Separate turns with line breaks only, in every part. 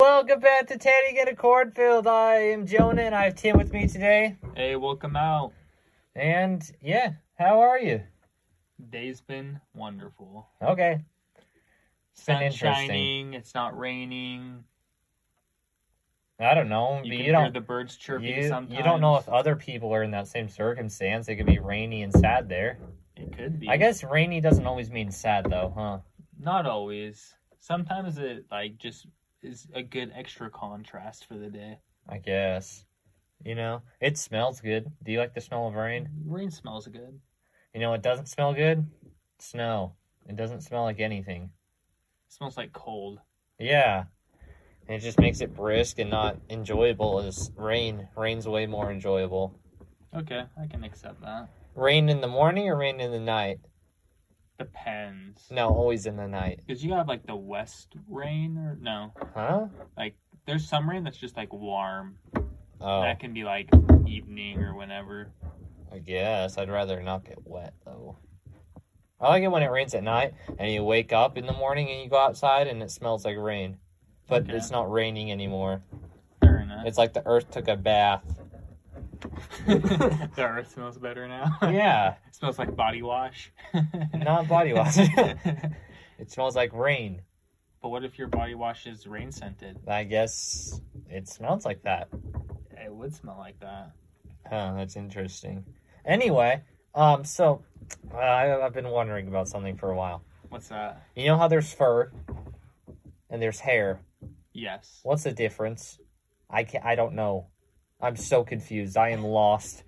Welcome back to Teddy Get a Cornfield. I am Jonah and I have Tim with me today.
Hey, welcome out.
And yeah, how are you?
Day's been wonderful.
Okay. been
Sun
interesting.
shining. It's not raining.
I don't know. but
You
You,
can hear
don't
the birds chirping
you,
sometimes.
you don't know if other people are in that same circumstance. It could be rainy and sad there.
it could be.
I guess rainy doesn't always mean sad though, huh?
not always. Sometimes it like just is a good extra contrast for the day.
I guess. You know, it smells good. Do you like the smell of rain?
Rain smells good.
You know, it doesn't smell good. Snow. It doesn't smell like anything.
smells like cold.
Yeah. And it just makes it brisk and not enjoyable as rain. Rain's way more enjoyable.
Okay, I can accept that.
Rain in the morning or rain in the night?
Depends.
No, always in the night.
Because you have like the west rain or no.
Huh?
There's some rain that's just like warm.
Oh,
That can be like evening or whenever.
I guess. I'd rather not get wet, though. I like it when it rains at night and you wake up in the morning and you go outside and it smells like rain. But
Okay.
it's not raining anymore.
Fair enough.
It's like the earth took a bath.
the earth smells better now.
Yeah,
It smells like body wash.
Not body wash.
but
it smells like rain.
what if your body wash is rain scented?
I guess it smells like that.
It would smell like that.
Huh, that's interesting. Anyway, um, so uh, I, I've been wondering about something for a while.
What's that?
You know how there's fur and there's hair.
Yes.
What's the difference? I can not I don't know. I'm so confused. I am lost.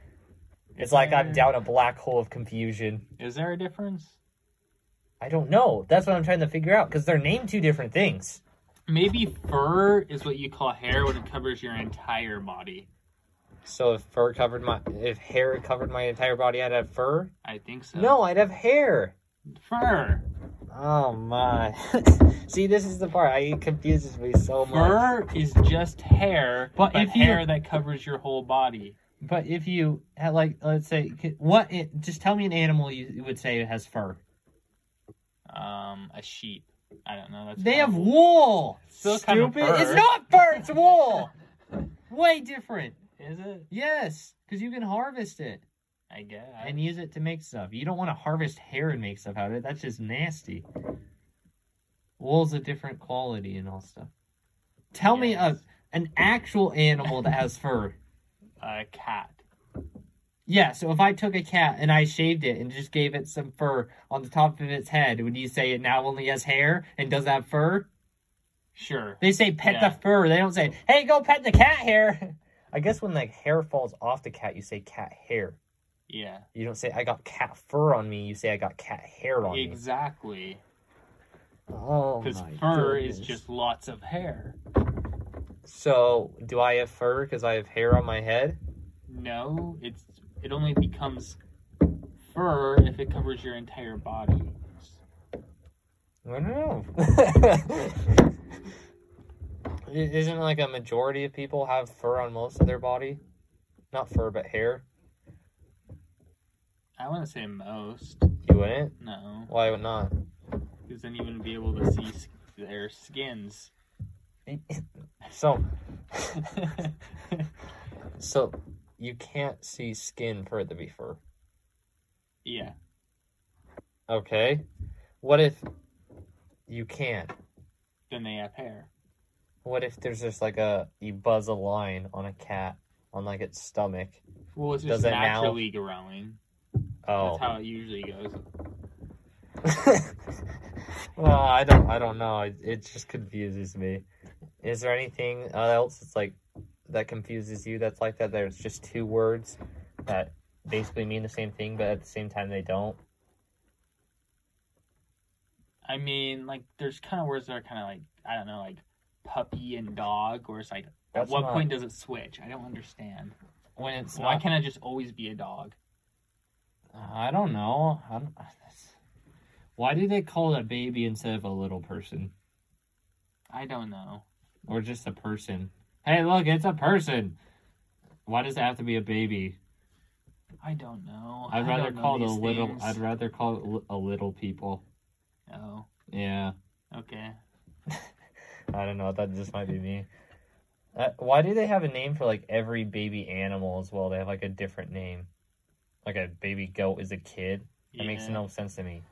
It's like I'm down a black hole of confusion.
Is there a difference?
I don't know. That's what I'm trying to figure out because they're named two different things.
Maybe fur is what you call hair when it covers your entire body.
So if fur covered my, if hair covered my entire body, I'd have fur.
I think so.
No, I'd have hair.
Fur.
Oh my! See, this is the part I, it confuses me so much.
Fur is just hair,
But
but,
if you-
hair that covers your whole body.
But if you had like, let's say, c- what? It, just tell me an animal you you would say has fur.
Um, a sheep. I don't know. That's
They have
probably-
wool.
Still
Stupid!
kind of fur.
It's not fur. It's wool. Way different.
Is it?
Yes, because you can harvest it
I guess.
and use it to make stuff. You don't want to harvest hair and make stuff out of it. That's just nasty. Wool's a different quality and all stuff. Tell me a,
Yes.
an actual animal that has fur.
a cat.
Yeah, so if I took a cat and I shaved it and just gave it some fur on the top of its head, would you say it now only has hair and does have fur?
Sure.
They say pet
Yeah.
the fur. They don't say, hey, go pet the cat hair. I guess when like hair falls off the cat, you say cat hair.
Yeah.
You don't say I got cat fur on me. You say I got cat hair on me.
Exactly.
Oh,
Because
my
fur is
goodness.
just lots of hair.
So do I have fur because I have hair on my head?
No, it's it only becomes fur if it covers your entire body.
I don't know. I- Isn't like a majority of people have fur on most of their body? Not fur, but hair.
I wouldn't say most.
You wouldn't?
No,
Why would not?
because then you wouldn't be able to see s- their skins.
So, so you can't see skin for it to be fur.
yeah,
Okay. What if you can?
then they have hair.
What if there's just like a you buzz a line on a cat on like its stomach?
Well, it's
Does
just
it now?
naturally growing.
Oh.
That's how it usually goes.
well, I don't. I don't know. It, it just confuses me. Is there anything else that's like that confuses you? That's like that. There's just two words that basically mean the same thing, but at the same time they don't.
I mean, like, there's kind of words that are kind of like I don't know, like puppy and dog, or it's like
That's
at what
not-
point does it switch? I don't understand.
When it's
Why
not.
can't I just always be a dog?
I don't know. I don't, that's- why do they call it a baby instead of a little person
I don't know.
or just a person? Hey, look, it's a person. Why does it have to be a baby?
I don't know.
I'd
I
rather
don't know
call it a
these
little.
things.
I'd rather call it li- a little people.
Oh,
Yeah.
okay.
I don't know. I thought this might be me. Uh, why do they have a name for like every baby animal as well? They have like a different name. Like a baby goat is a kid. That makes
Yeah.
no sense to me.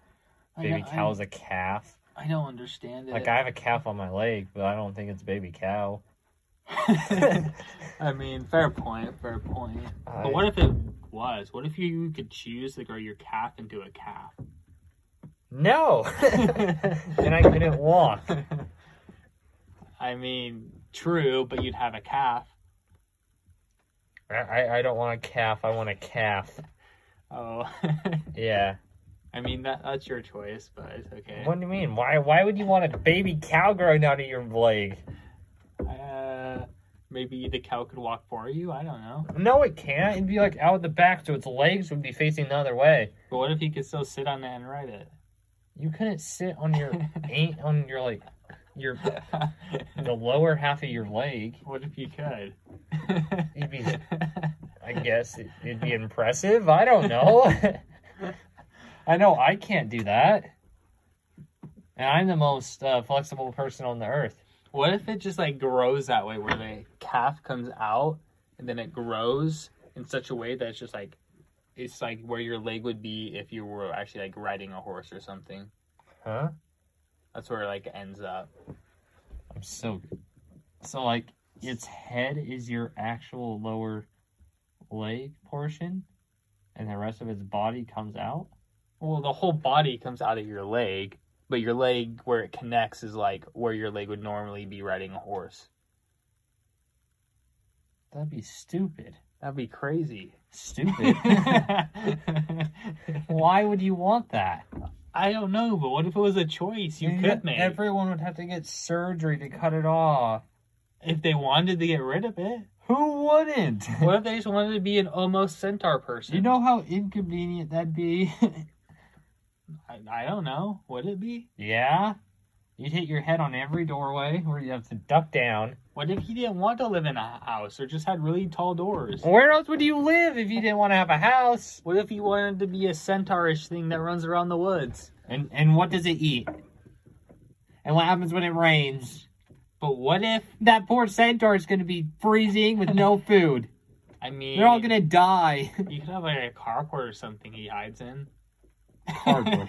I
Baby
don't- I-
cow is a calf.
I don't understand it.
Like I have a calf on my leg, but I don't think it's baby cow.
I mean, fair point, fair point.
I-
But what if it was? What if you could choose to grow your calf into a calf?
No. and I couldn't walk.
I mean, true, but you'd have a calf.
I, I, I don't want a calf. I want a calf.
Oh,
Yeah.
I mean that that's your choice, but it's okay.
What do you mean? Why why would you want a baby cow growing out of your leg?
Uh, maybe the cow could walk for you. I don't know.
No, it can't. It'd be like out the back, so its legs would be facing the other way.
But what if you could still sit on it and ride it?
You couldn't sit on your ain't on your like your the lower half of your leg.
what if you could?
You'd be, I guess, it, it'd be impressive. I don't know. I know I can't do that, and I'm the most uh, flexible person on the earth.
What if it just like grows that way, where the calf comes out and then it grows in such a way that it's just like it's like where your leg would be if you were actually like riding a horse or something.
Huh?
That's where it like ends up.
I'm so good. So like, its head is your actual lower leg portion, and the rest of its body comes out.
Well, the whole body comes out of your leg, but your leg where it connects is like where your leg would normally be riding a horse.
That'd be stupid.
That'd be crazy.
Stupid.
I
Why would you want that?
don't know, but what if it was a choice you
And
could
yet
make?
Everyone would have to get surgery to cut it off.
If they wanted to get rid of it,
Who wouldn't?
what if they just wanted to be an almost centaur person?
You know how inconvenient that'd be?
I, I don't know. Would it be?
yeah. You'd hit your head on every doorway where you have to duck down.
What if he didn't want to live in a house or just had really tall doors?
Where else would you live if you didn't want to have a house?
What if he wanted to be a centaurish thing that runs around the woods?
And and what does it eat? And what happens when it rains?
But what if
That poor centaur is going to be freezing with no food.
I mean
They're all going to die.
You could have like a carport or something he hides in.
Cardboard.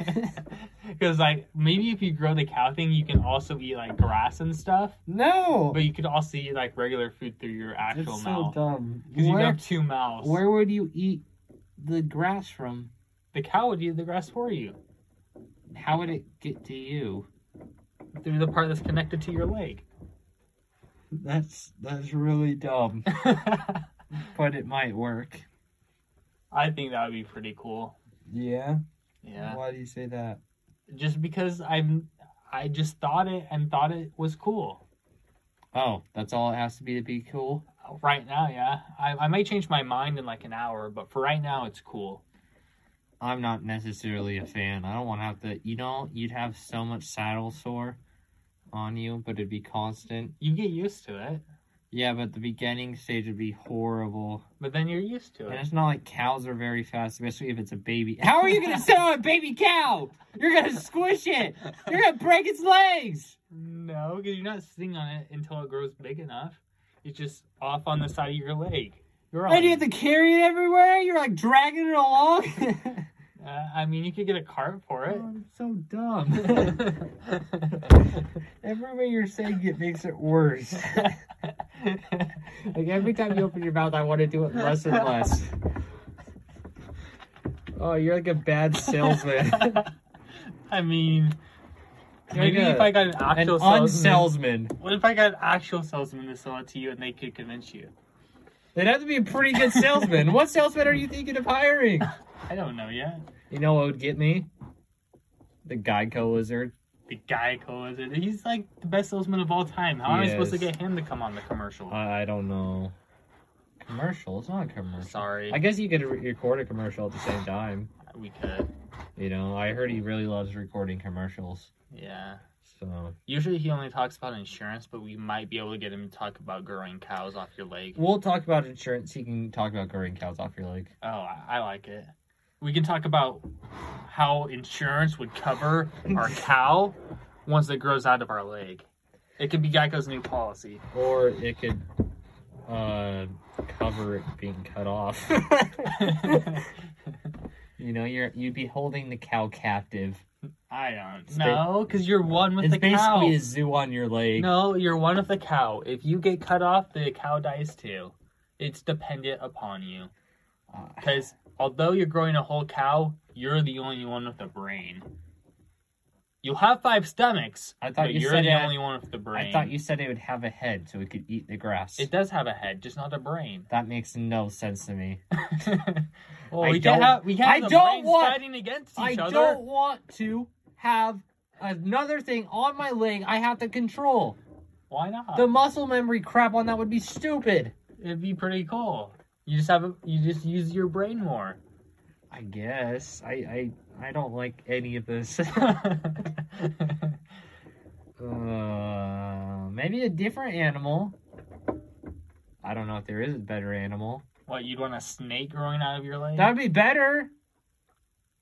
Because like maybe if you grow the cow thing, you can also eat like grass and stuff,
no.
but you could also eat like regular food through your
That's
actual
so
mouth.
dumb.
Because you
Where-
have two mouths.
Where would you eat the grass from?
the cow would eat the grass for you
How would it get to you?
through the part that's connected to your leg.
That's that's really dumb,
I
but it might work.
think that would be pretty cool.
Yeah.
Yeah.
Why do you say that?
Just because I'm, I just thought it and thought it was cool.
Oh, that's all it has to be to be cool.
Right now, yeah. I, I might change my mind in like an hour, but for right now, it's cool.
I'm not necessarily a fan. I don't want to have to. You know, you'd have so much saddle sore on you, but it'd be constant.
You get used to it,
Yeah, but the beginning stage would be horrible.
but then you're used to
And
it.
it's not like cows are very fast, especially if it's a baby. How are you gonna sit on a baby cow? You're gonna squish it. You're gonna break its legs.
No, because you're not sitting on it until it grows big enough. It's just off on the side of your leg. You're on.
And you have to carry it everywhere. You're like dragging it along.
uh, I mean, you could get a cart for it.
Oh, I'm so dumb. every way you're saying it makes it worse. like every time you open your mouth, I want to do it less and less. Oh, you're like a bad salesman.
I mean,
You're
maybe
like
if
a-
I got an
An
actual salesman.
unsalesman.
What if I got an actual salesman to sell it to you and they could convince you?
They'd have to be a pretty good salesman. what salesman are you thinking of hiring?
I don't know yet.
You know what would get me? The Geico lizard.
The Geico is it? He's like the best salesman of all time. How am I supposed to
Yes.
get him to come on the commercial?
I, I don't know. Commercial? It's not a commercial.
Sorry,
I guess you could re- record a commercial at the same time.
we could.
You know, I heard he really loves recording commercials.
Yeah.
So.
Usually he only talks about insurance, but we might be able to get him to talk about growing cows off your leg.
We'll talk about insurance. He can talk about growing cows off your leg.
Oh, I, I like it. We can talk about how insurance would cover our cow once it grows out of our leg. It could be Geico's new policy.
Or it could uh, cover it being cut off. you know, you're you'd be holding the cow captive.
I don't
It's
know, because you're one with
it's
the cow.
basically a zoo on your leg.
No, you're one of the cow. If you get cut off, the cow dies too. It's dependent upon you.
Uh,
Because although you're growing a whole cow, you're the only one with a brain. You'll have five stomachs,
I thought
but
you
you're
said
the
it-
only one with the brain.
I thought you said it would have a head so it could eat the grass.
It does have a head, just not a brain.
that makes no sense to me.
well,
I
we
don't-
can't have we can't
I
have the
don't
brains
want-
fighting against each
I
other.
don't want to have another thing on my leg I have to control.
Why not?
The muscle memory crap on that would be stupid.
It'd be pretty cool. You just have a, you just use your brain more.
I guess. I I, I don't like any of this. uh, maybe a different animal. I don't know if there is a better animal.
what you'd want a snake growing out of your leg?
That'd be better.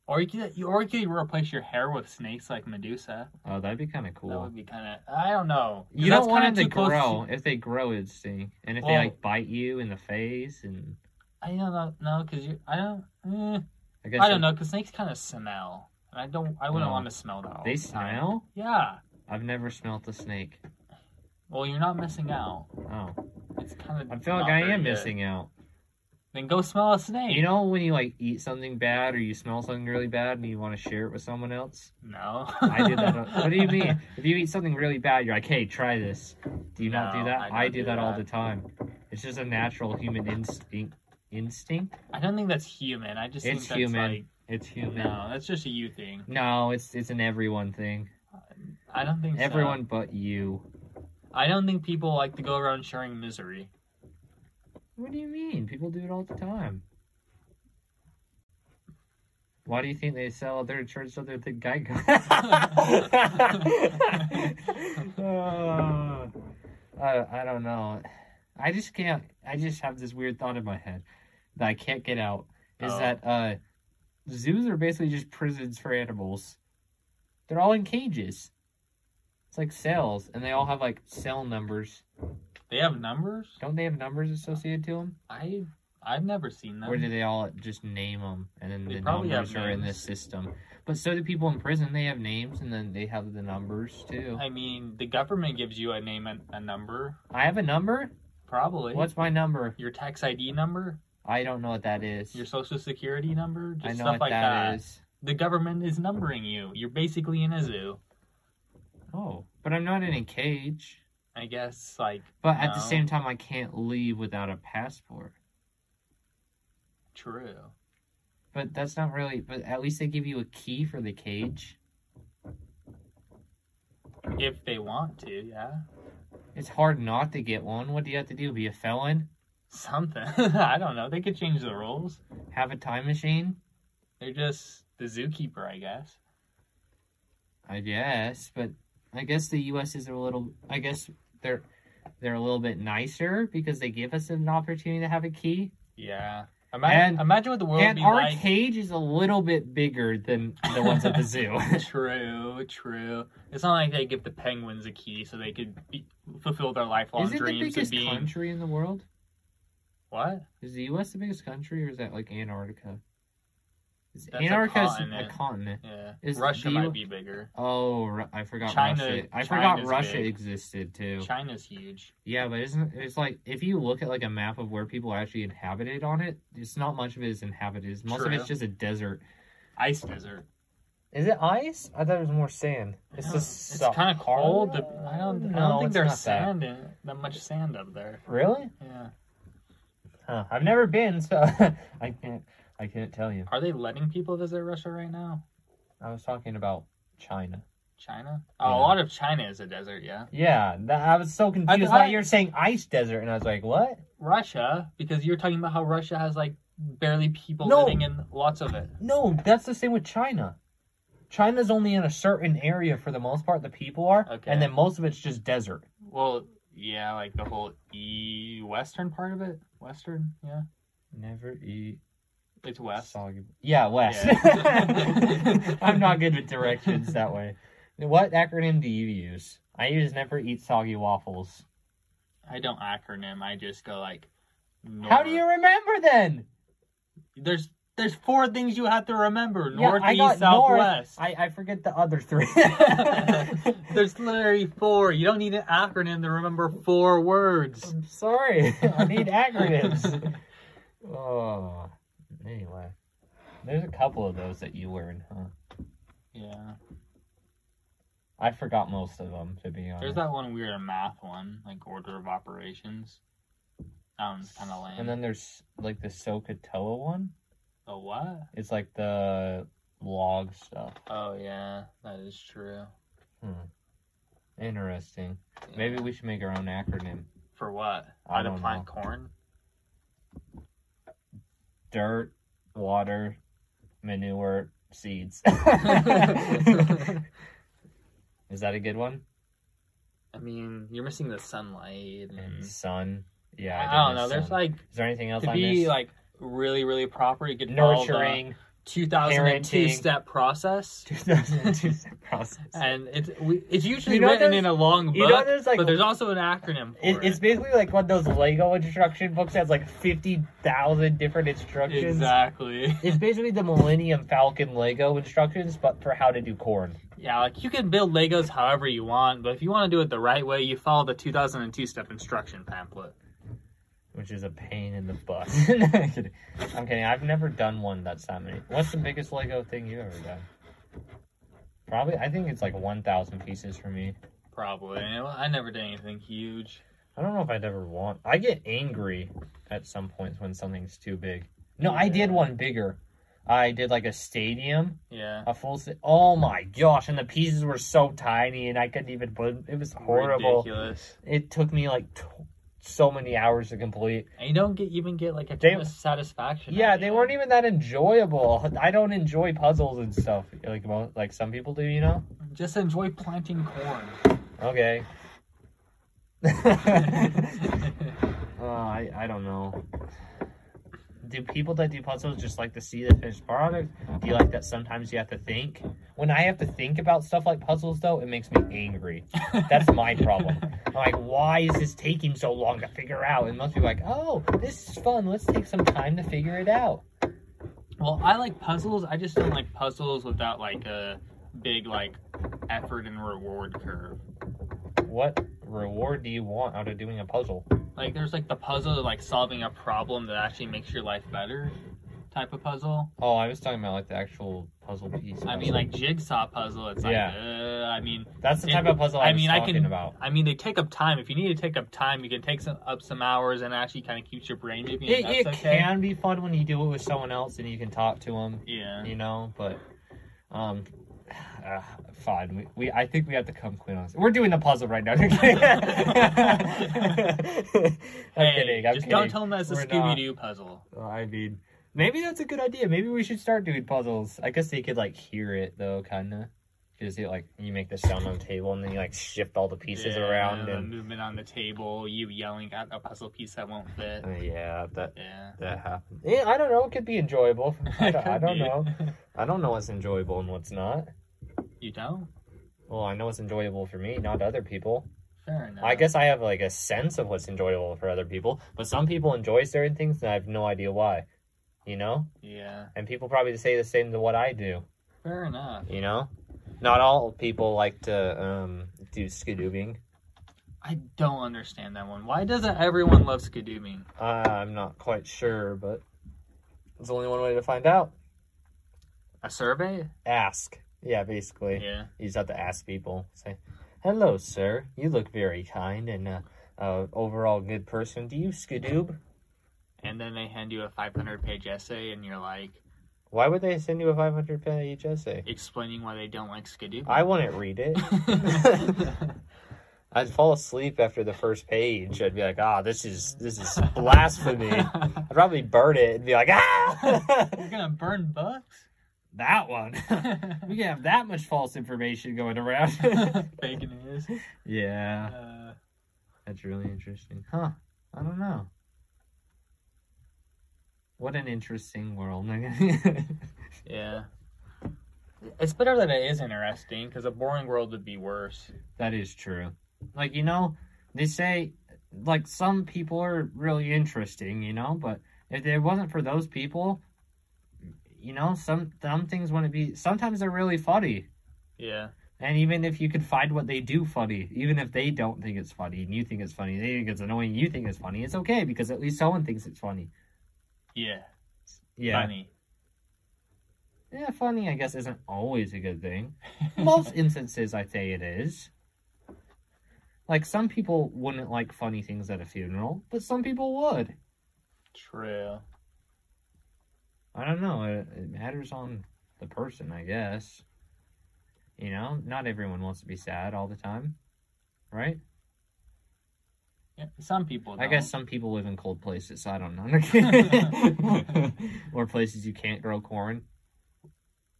Or you could, you- or you could replace your hair with snakes like Medusa.
Oh, that'd be kind of
That
cool.
would be kind of. I don't know. 'Cause
You don't
that's
want them
kinda
to
too close
grow. If they grow, it'd sting. And if they
Well-
like bite you in the face, and
I don't know. No, because you. I don't. Eh,
I guess
I don't
they-
know. Because snakes kind of smell, and I don't. I wouldn't
No.
want to smell that. All
They
the time.
smell.
Yeah.
I've never smelt a snake.
Well, you're not missing out.
Oh,
It's kind of.
I feel like I am missing out.
Then go smell a snake.
You know when you like eat something bad or you smell something really bad and you want to share it with someone else?
No.
I did that. what do you mean? If you eat something really bad, you're like, "Hey, try this." Do you not do
No,
that?
I don't
I, do,
do
that, all
that.
the time. It's just a natural human instinct. Instinct?
I don't think that's human. I just
It's
think that's
human.
like
It's human.
no, that's just a you thing.
No, it's it's an everyone thing.
I don't think so.
Everyone but you.
I don't think people like to go around sharing misery.
What do you mean? People do it all the time. Why do you think they sell their insurance other than Geico? uh, I, I don't know. I just can't. I just have this weird thought in my head that I can't get out. Is
Oh.
that uh, zoos are basically just prisons for animals? They're all in cages. It's like cells, and they all have like cell numbers.
They have numbers.
Don't they have numbers associated to them?
I I've never seen them.
Or do they all just name them, and then
They
the
probably have
numbers are in this
names.
system? But so do people in prison. They have names, and then they have the numbers too.
I mean, the government gives you a name and a number,
I have a number.
probably.
What's my number?
your tax ID number?
I don't know what that is.
Your social security number? Just
I know
stuff
what
like
that
that.
is.
The government is numbering you. You're basically in a zoo,
Oh, but I'm not in a cage.
I guess. Like
But at the
No.
same time, I can't leave without a passport.
true.
But that's not really. But at least they give you a key for the cage.
If they want to, yeah.
It's hard not to get one. What do you have to do? Be a felon?
Something. I don't know. They could change the rules.
Have a time machine?
They're just the zookeeper, I guess.
I guess, but I guess the U.S. is a little. I guess they're they're a little bit nicer because they give us an opportunity to have a key.
Yeah. Imagine,
And-
imagine what the world would
and
be
our
like.
cage is a little bit bigger than the ones at the zoo.
True, true. It's not like they give the penguins a key so they could be, fulfill their lifelong
is it the
dreams of
biggest
being
country in the world?
what?
Is the U.S. the biggest country, or is that like Antarctica? Is
That's a
Antarctica is
continent.
a continent?
Yeah,
Is
Russia
the-
might be bigger.
Oh, Ru- I forgot
China-
Russia. I
China's
forgot Russia
big.
existed too.
China's huge.
Yeah, but isn't it's like if you look at like a map of where people actually inhabited on it, it's not much of it is inhabited. It's- Most of
True.
it's just a desert.
Ice desert.
Is it ice? I thought it was more sand. It's just
it's kind of cold. The- I don't. I
No,
don't think
it's
there's
not that.
sand in that much sand up there.
really?
Yeah.
Huh. I've never been, so I can't. I can't tell you.
Are they letting people visit Russia right now?
I was talking about China.
China. Oh,
Yeah.
a lot of China is a desert. Yeah.
Yeah, that, I was so confused.
I-
why you're saying ice desert, and I was like, what?
Russia, because you're talking about how Russia has like barely people
No.
living in lots of it.
No, that's the same with China. China's only in a certain area for the most part. The people are,
Okay.
and then most of it's just desert.
Well, yeah, like the whole e western part of it. Western, yeah,
Never eat
it's west.
Soggy- Yeah, West.
Yeah.
I'm not good with directions that way. What acronym do you use? I use never eat soggy waffles.
I don't acronym. I just go like.
How do
Nor-
you remember then?
There's there's four things you have to remember:
Yeah,
north,
I got north.
east, southwest.
I, I forget the other three.
there's literally four. You don't need an acronym to remember four words.
I'm sorry. I need acronyms. oh, anyway, there's a couple of those that you learned, huh?
Yeah.
I forgot most of them to be honest.
There's that one weird math one, like order of operations. That one's kind of lame.
And then there's like the Sokotoa one.
the what?
It's like the log stuff.
Oh yeah, that is true.
Interesting.
Yeah.
Maybe we should make our own acronym.
for what?
I
How to
don't
plant
know.
corn?
Dirt, water, manure, seeds.
I
Is that a good one?
mean, you're missing the sunlight.
And
And...
sun. Yeah. did
Mm-hmm. I, don't
miss
know. There's
sun.
like
Is there anything else
to
I
be
missed?
like really, really proper. You get nurturing
nurturing.
two thousand and two
parenting.
step process,
2002 process.
and it's we, it's usually
You know
written
there's-
in a long book,
Uh, you know there's, like-
but there's also an acronym. For
It,
it.
it's basically like one of those Lego instruction books that's like 50,000 different instructions.
exactly.
It's basically the Millennium Falcon Lego instructions, but for how to do corn.
Yeah, like you can build Legos however you want, but if you want to do it the right way, you follow the 2002 step instruction pamphlet.
Which is a pain in the butt. No, I'm kidding. I'm kidding. I've never done one that's that many. What's the biggest Lego thing you've ever done? Probably, I think it's like 1,000 pieces for me.
Probably. I never did anything huge.
I don't know if I'd ever want. I get angry at some points when something's too big. No, I did
Yeah.
one bigger. I did like a stadium,
Yeah.
a full. Sta- oh my gosh! And the pieces were so tiny, and I couldn't even put. It was horrible.
Ridiculous.
It took me like t- so many hours to complete.
And you don't get even get like a
They-
ton of satisfaction.
Yeah,
out
they
of
weren't
it.
even that enjoyable. I don't enjoy puzzles and stuff like mo- like some people do. You know?
Just enjoy planting corn.
Okay.
I
Uh, I, I don't know. Do people that do puzzles just like to see the finished product? Do you like that sometimes you have to think? When I have to think about stuff like puzzles, though, it makes me angry. That's my problem. I'm like, why is this taking so long to figure out? And most people are like, oh, this is fun. Let's take some time to figure it out.
well, I like puzzles. I just don't like puzzles without like a big like effort and reward curve.
What reward do you want out of doing a puzzle?
Like there's like the puzzle of like solving a problem that actually makes your life better type of puzzle.
Oh, I was talking about like the actual puzzle piece.
I mean
puzzle.
like jigsaw puzzle. It's like
Yeah.
uh, I mean
that's the type
it-
of puzzle I,
I mean,
was
I
talking
can-
about.
I mean they take up time. If you need to take up time, you can take some up some hours and actually kind of keeps your brain moving. and
It,
that's
it
okay.
can be fun when you do it with someone else and you can talk to them,
Yeah.
you know. But, um, uh, fine. We, we I think we have to come clean on. this. We're doing the puzzle right now. I'm kidding. I'm
Hey,
kidding. I'm
just
kidding.
don't tell them that's a
We're
Scooby Doo puzzle.
Oh, I mean, maybe that's a good idea. Maybe we should start doing puzzles. I guess they could like hear it though, kind of, because you like you make the sound on the table and then you like shift all the pieces
Yeah,
around
the
and
movement on the table, you yelling at a puzzle piece that won't fit.
Uh, yeah, that
Yeah.
that happens. Yeah, I don't know. It could be enjoyable. I don't, I
Could
don't
be.
know. I don't know what's enjoyable and what's not.
You don't?
Well, I know what's enjoyable for me, not other people.
Fair enough.
I guess I have like a sense of what's enjoyable for other people, but some people enjoy certain things and I have no idea why. You know?
Yeah.
And people probably say the same to what I do,
Fair enough.
you know? Not all people like to um do skidoobing.
I don't understand that one. Why doesn't everyone love Skadooming?
Uh, I'm not quite sure, but there's only one way to find out.
A survey?
Ask. Yeah, basically.
Yeah.
You just have to ask people. Say, "Hello, sir. You look very kind and uh, uh, overall good person. Do you skidoob?"
And then they hand you a 500 page essay and you're like
Why would they send you a 500 page essay?
explaining why they don't like Skadooming.
I wouldn't read it. I'd fall asleep after the first page. I'd be like, "Ah, this is this is blasphemy." I'd probably burn it and be like, "Ah,
You're gonna burn books?
that one." we can have that much false information going around.
Bacon is.
yeah.
Uh,
That's really interesting. Huh. I don't know. What an interesting world.
yeah. It's better that it is interesting because a boring world would be worse.
That is true. Like, you know, they say, like, some people are really interesting, you know, but if it wasn't for those people, you know, some, some things wouldn't be. Sometimes they're really funny.
Yeah.
And even if you could find what they do funny, even if they don't think it's funny and you think it's funny, they think it's annoying, you think it's funny, it's okay because at least someone thinks it's funny.
Yeah.
Yeah.
Funny.
Yeah, funny, I guess, isn't always a good thing. Most instances, I say it is. Like, some people wouldn't like funny things at a funeral, but some people would.
True.
I don't know. It, it matters on the person, I guess. You know, not everyone wants to be sad all the time, right?
Yeah, some people.
I
don't.
guess some people live in cold places, so I don't know. or places you can't grow corn.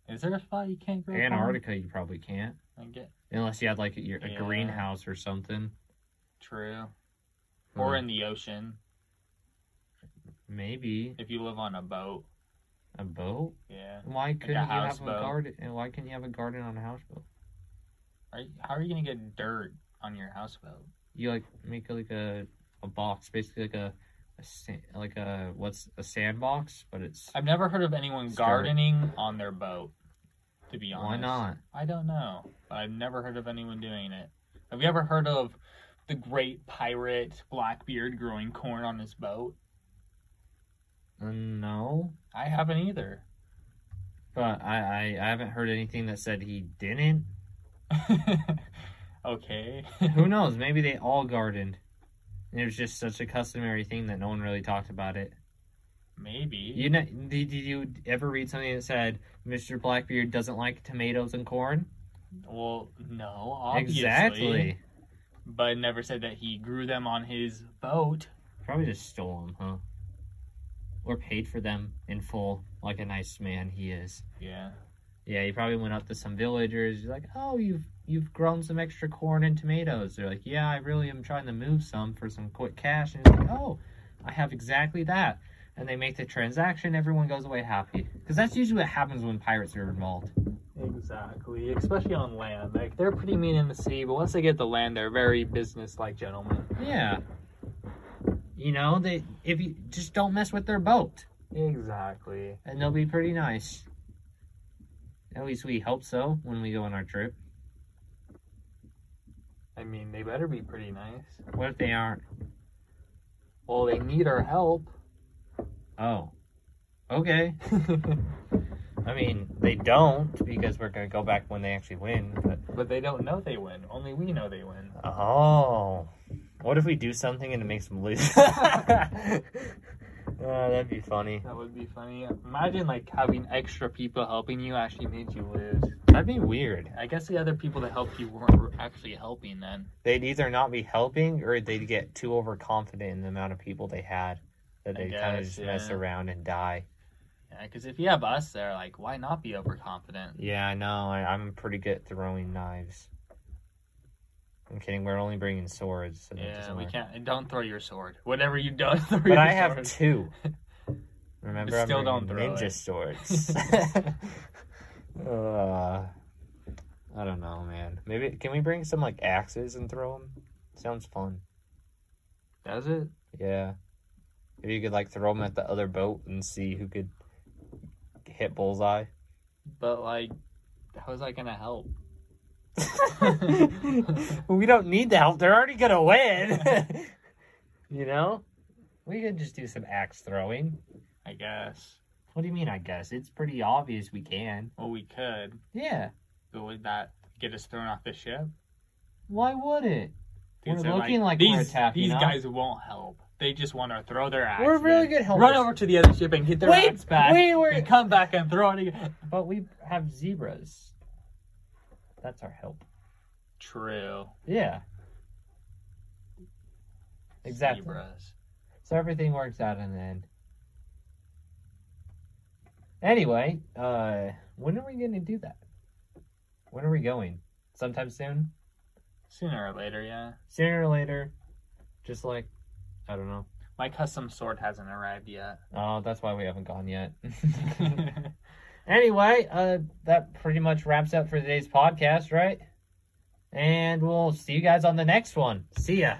Is there a spot you can't grow? corn?
Antarctica, you probably can't.
I get
Unless you had, like, a, your, a
Yeah.
greenhouse or something.
true. Or
Hmm.
in the ocean
Maybe
if you live on a boat.
a boat.
Yeah.
Why couldn't you have a
houseboat.
garden? and Why can't you have a garden on a houseboat?
Are you, how are you gonna get dirt on your houseboat?
You like make like a a box, basically like a, a sa- like a what's a sandbox, but it's
I've never heard of anyone
Start.
gardening on their boat. To be honest.
why not?
I don't know, but I've never heard of anyone doing it. Have you ever heard of the great pirate Blackbeard growing corn on his boat?
Uh, no,
I haven't either.
but I, I I haven't heard anything that said he didn't.
okay.
Who knows? Maybe they all gardened. And it was just such a customary thing that no one really talked about it.
Maybe.
You know, did, did you ever read something that said Mr. Blackbeard doesn't like tomatoes and corn?
Well, no, obviously.
Exactly.
But it never said that he grew them on his boat.
Probably just stole them, huh? Or paid for them in full, like a nice man he is.
Yeah.
Yeah, he probably went up to some villagers. He's like, "Oh, you've you've grown some extra corn and tomatoes." They're like, "Yeah, I really am trying to move some for some quick cash." And he's like, "Oh, I have exactly that." And they make the transaction. Everyone goes away happy because that's usually what happens when pirates are involved.
Exactly. Especially on land. Like, they're pretty mean in the sea, but once they get the land, they're very business like gentlemen.
Yeah, you know, they if you just don't mess with their boat,
Exactly.
and they'll be pretty nice. At least we hope so when we go on our trip.
I mean, they better be pretty nice.
What if they aren't?
Well, they need our help.
Oh, okay. I mean, they don't because we're gonna go back when they actually win. But
but they don't know they win. Only we know they win.
oh, what if we do something and it makes them lose? oh, that'd be funny.
That would be funny. Imagine like having extra people helping you actually made you lose.
That'd be weird.
I guess the other people that helped you weren't actually helping then.
They'd either not be helping or they'd get too overconfident in the amount of people they had that
I
they kind of
guess,
just mess
yeah.
around and die.
Yeah, because if you have us there, like, why not be overconfident?
Yeah, I know. I, I'm pretty good at throwing knives. I'm kidding. We're only bringing swords. So that
Yeah,
doesn't
we
work.
can't. Don't throw your sword. Whatever you don't throw
But
your
I have
sword.
two. Remember,
But still
I'm
don't
bringing ninja
throw it.
swords. uh, I don't know, man. Maybe can we bring some like axes and throw them? Sounds fun.
Does it?
Yeah. If you could like throw them at the other boat and see who could hit bullseye.
But like, how is that gonna help?
we don't need the help. They're already gonna win. you know, we could just do some axe throwing.
I guess.
What do you mean? I guess it's pretty obvious we can.
Well, we could.
Yeah.
But would that get us thrown off the ship?
Why would it? We're
These are
looking like
these,
we're attacking
These
up.
guys won't help. They just want to throw their axe.
We're really
in.
good helpers.
Run over to the other ship and get their
Wait,
axe back.
we were-
and come back and throw it again.
But we have zebras. That's our help.
True.
Yeah. Exactly.
Zebras.
So everything works out in the end. Anyway, uh, when are we going to do that? When are we going? Sometime soon?
Sooner or later, yeah.
Sooner or later? Just like, I don't know.
My custom sword hasn't arrived yet.
Oh, that's why we haven't gone yet. Anyway, uh, that pretty much wraps up for today's podcast, right? And we'll see you guys on the next one. See ya.